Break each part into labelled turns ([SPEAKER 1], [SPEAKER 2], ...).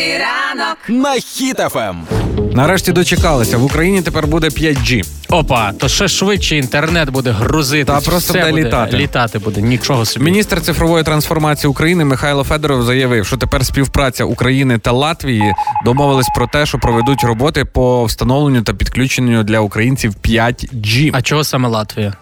[SPEAKER 1] ранок.
[SPEAKER 2] на Хіт-ФМ.
[SPEAKER 3] Нарешті дочекалися. В Україні тепер буде 5G.
[SPEAKER 4] Опа, то ще швидше інтернет буде грузити.
[SPEAKER 3] Та просто
[SPEAKER 4] все
[SPEAKER 3] буде літати.
[SPEAKER 4] літати буде, нічого собі.
[SPEAKER 3] Міністр цифрової трансформації України Михайло Федоров заявив, що тепер співпраця України та Латвії домовились про те, що проведуть роботи по встановленню та підключенню для українців 5G.
[SPEAKER 4] А чого саме Латвія?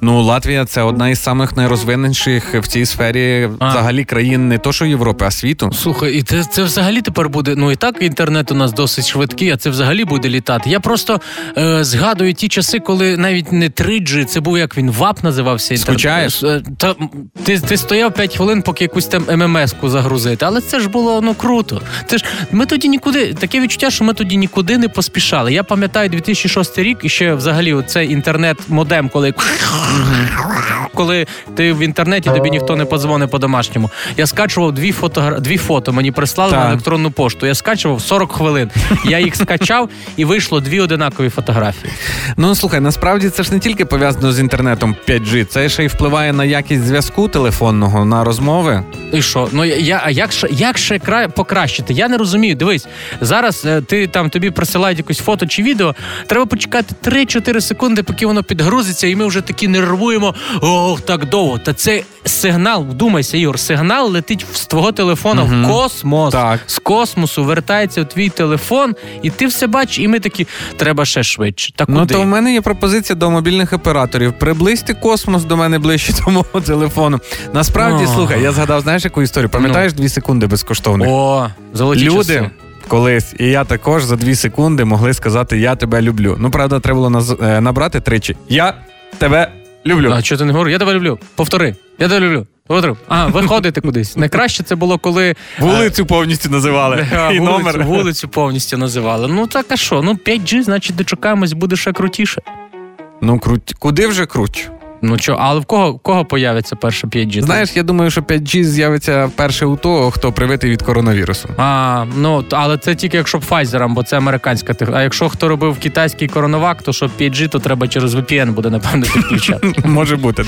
[SPEAKER 3] Ну, Латвія це одна із самих найрозвиненіших в цій сфері
[SPEAKER 4] А.
[SPEAKER 3] взагалі країн не то, що Європи, а світу.
[SPEAKER 4] Слухай, і це, це взагалі тепер буде. Ну і так інтернет у нас досить швидкий, а це взагалі буде літати. Я просто е, згадую ті часи, коли навіть не 3G, це був як він ВАП називався. інтер-
[SPEAKER 3] Скучаєш?
[SPEAKER 4] Е, Та м, ти, ти стояв 5 хвилин, поки якусь там ММС-ку загрузити. Але це ж було ну круто. Це ж ми тоді нікуди. Таке відчуття, що ми тоді нікуди не поспішали. Я пам'ятаю 2006 рік і ще взагалі оцей інтернет-модем, коли коли ти в інтернеті тобі ніхто не подзвонить по-домашньому. Я скачував дві фото, дві фото мені прислали
[SPEAKER 3] Так.
[SPEAKER 4] на електронну пошту. Я скачував 40 хвилин. Я їх скачав і вийшло дві одинакові фотографії.
[SPEAKER 3] Ну слухай, насправді це ж не тільки пов'язано з інтернетом 5G, це ще й впливає на якість зв'язку телефонного, на розмови.
[SPEAKER 4] І що? Ну я- я а як ще як ще кра... покращити? Я не розумію. Дивись, зараз е, ти там тобі присилають якусь фото чи відео. Треба почекати 3-4 секунди, поки воно підгрузиться, і ми вже такі нервуємо. Ох, так довго. Та це сигнал. Вдумайся, Ігор, сигнал летить в- з твого телефона в космос.
[SPEAKER 3] Так.
[SPEAKER 4] З космосу вертається у твій телефон, і ти все бачиш, і ми такі треба ще швидше. Та куди?
[SPEAKER 3] Ну то в мене є пропозиція до мобільних операторів. Приблизьте космос до мене ближче до мого телефону. Насправді,
[SPEAKER 4] А.
[SPEAKER 3] слухай, я згадав, знаєш яку історію? Пам'ятаєш дві секунди безкоштовних?
[SPEAKER 4] Ну. О, золоті
[SPEAKER 3] Люди
[SPEAKER 4] часи.
[SPEAKER 3] колись, і я також за дві секунди могли сказати Я тебе люблю. Ну правда, треба було наз- е, набрати тричі. Я тебе люблю.
[SPEAKER 4] А чого ти не говориш? Я тебе люблю. Повтори. Я тебе люблю. Повтори. А, виходити кудись. Найкраще це було, коли
[SPEAKER 3] Вулицю повністю називали.
[SPEAKER 4] е,
[SPEAKER 3] І
[SPEAKER 4] вулицю,
[SPEAKER 3] номер.
[SPEAKER 4] вулицю повністю називали. Ну так а що? Ну 5G, значить, дочекаємось, буде ще крутіше.
[SPEAKER 3] Ну круть. Куди вже круть?
[SPEAKER 4] Ну чо, але в кого в кого появиться перше 5G?
[SPEAKER 3] Знаєш, я думаю, що 5G з'явиться перше у того, хто привитий від коронавірусу.
[SPEAKER 4] А, ну т- але це тільки якщо Pfizer, бо це американська тех- А якщо хто робив китайський коронавак, то щоб 5G, то треба через VPN буде напевно підключати.
[SPEAKER 3] Може бути.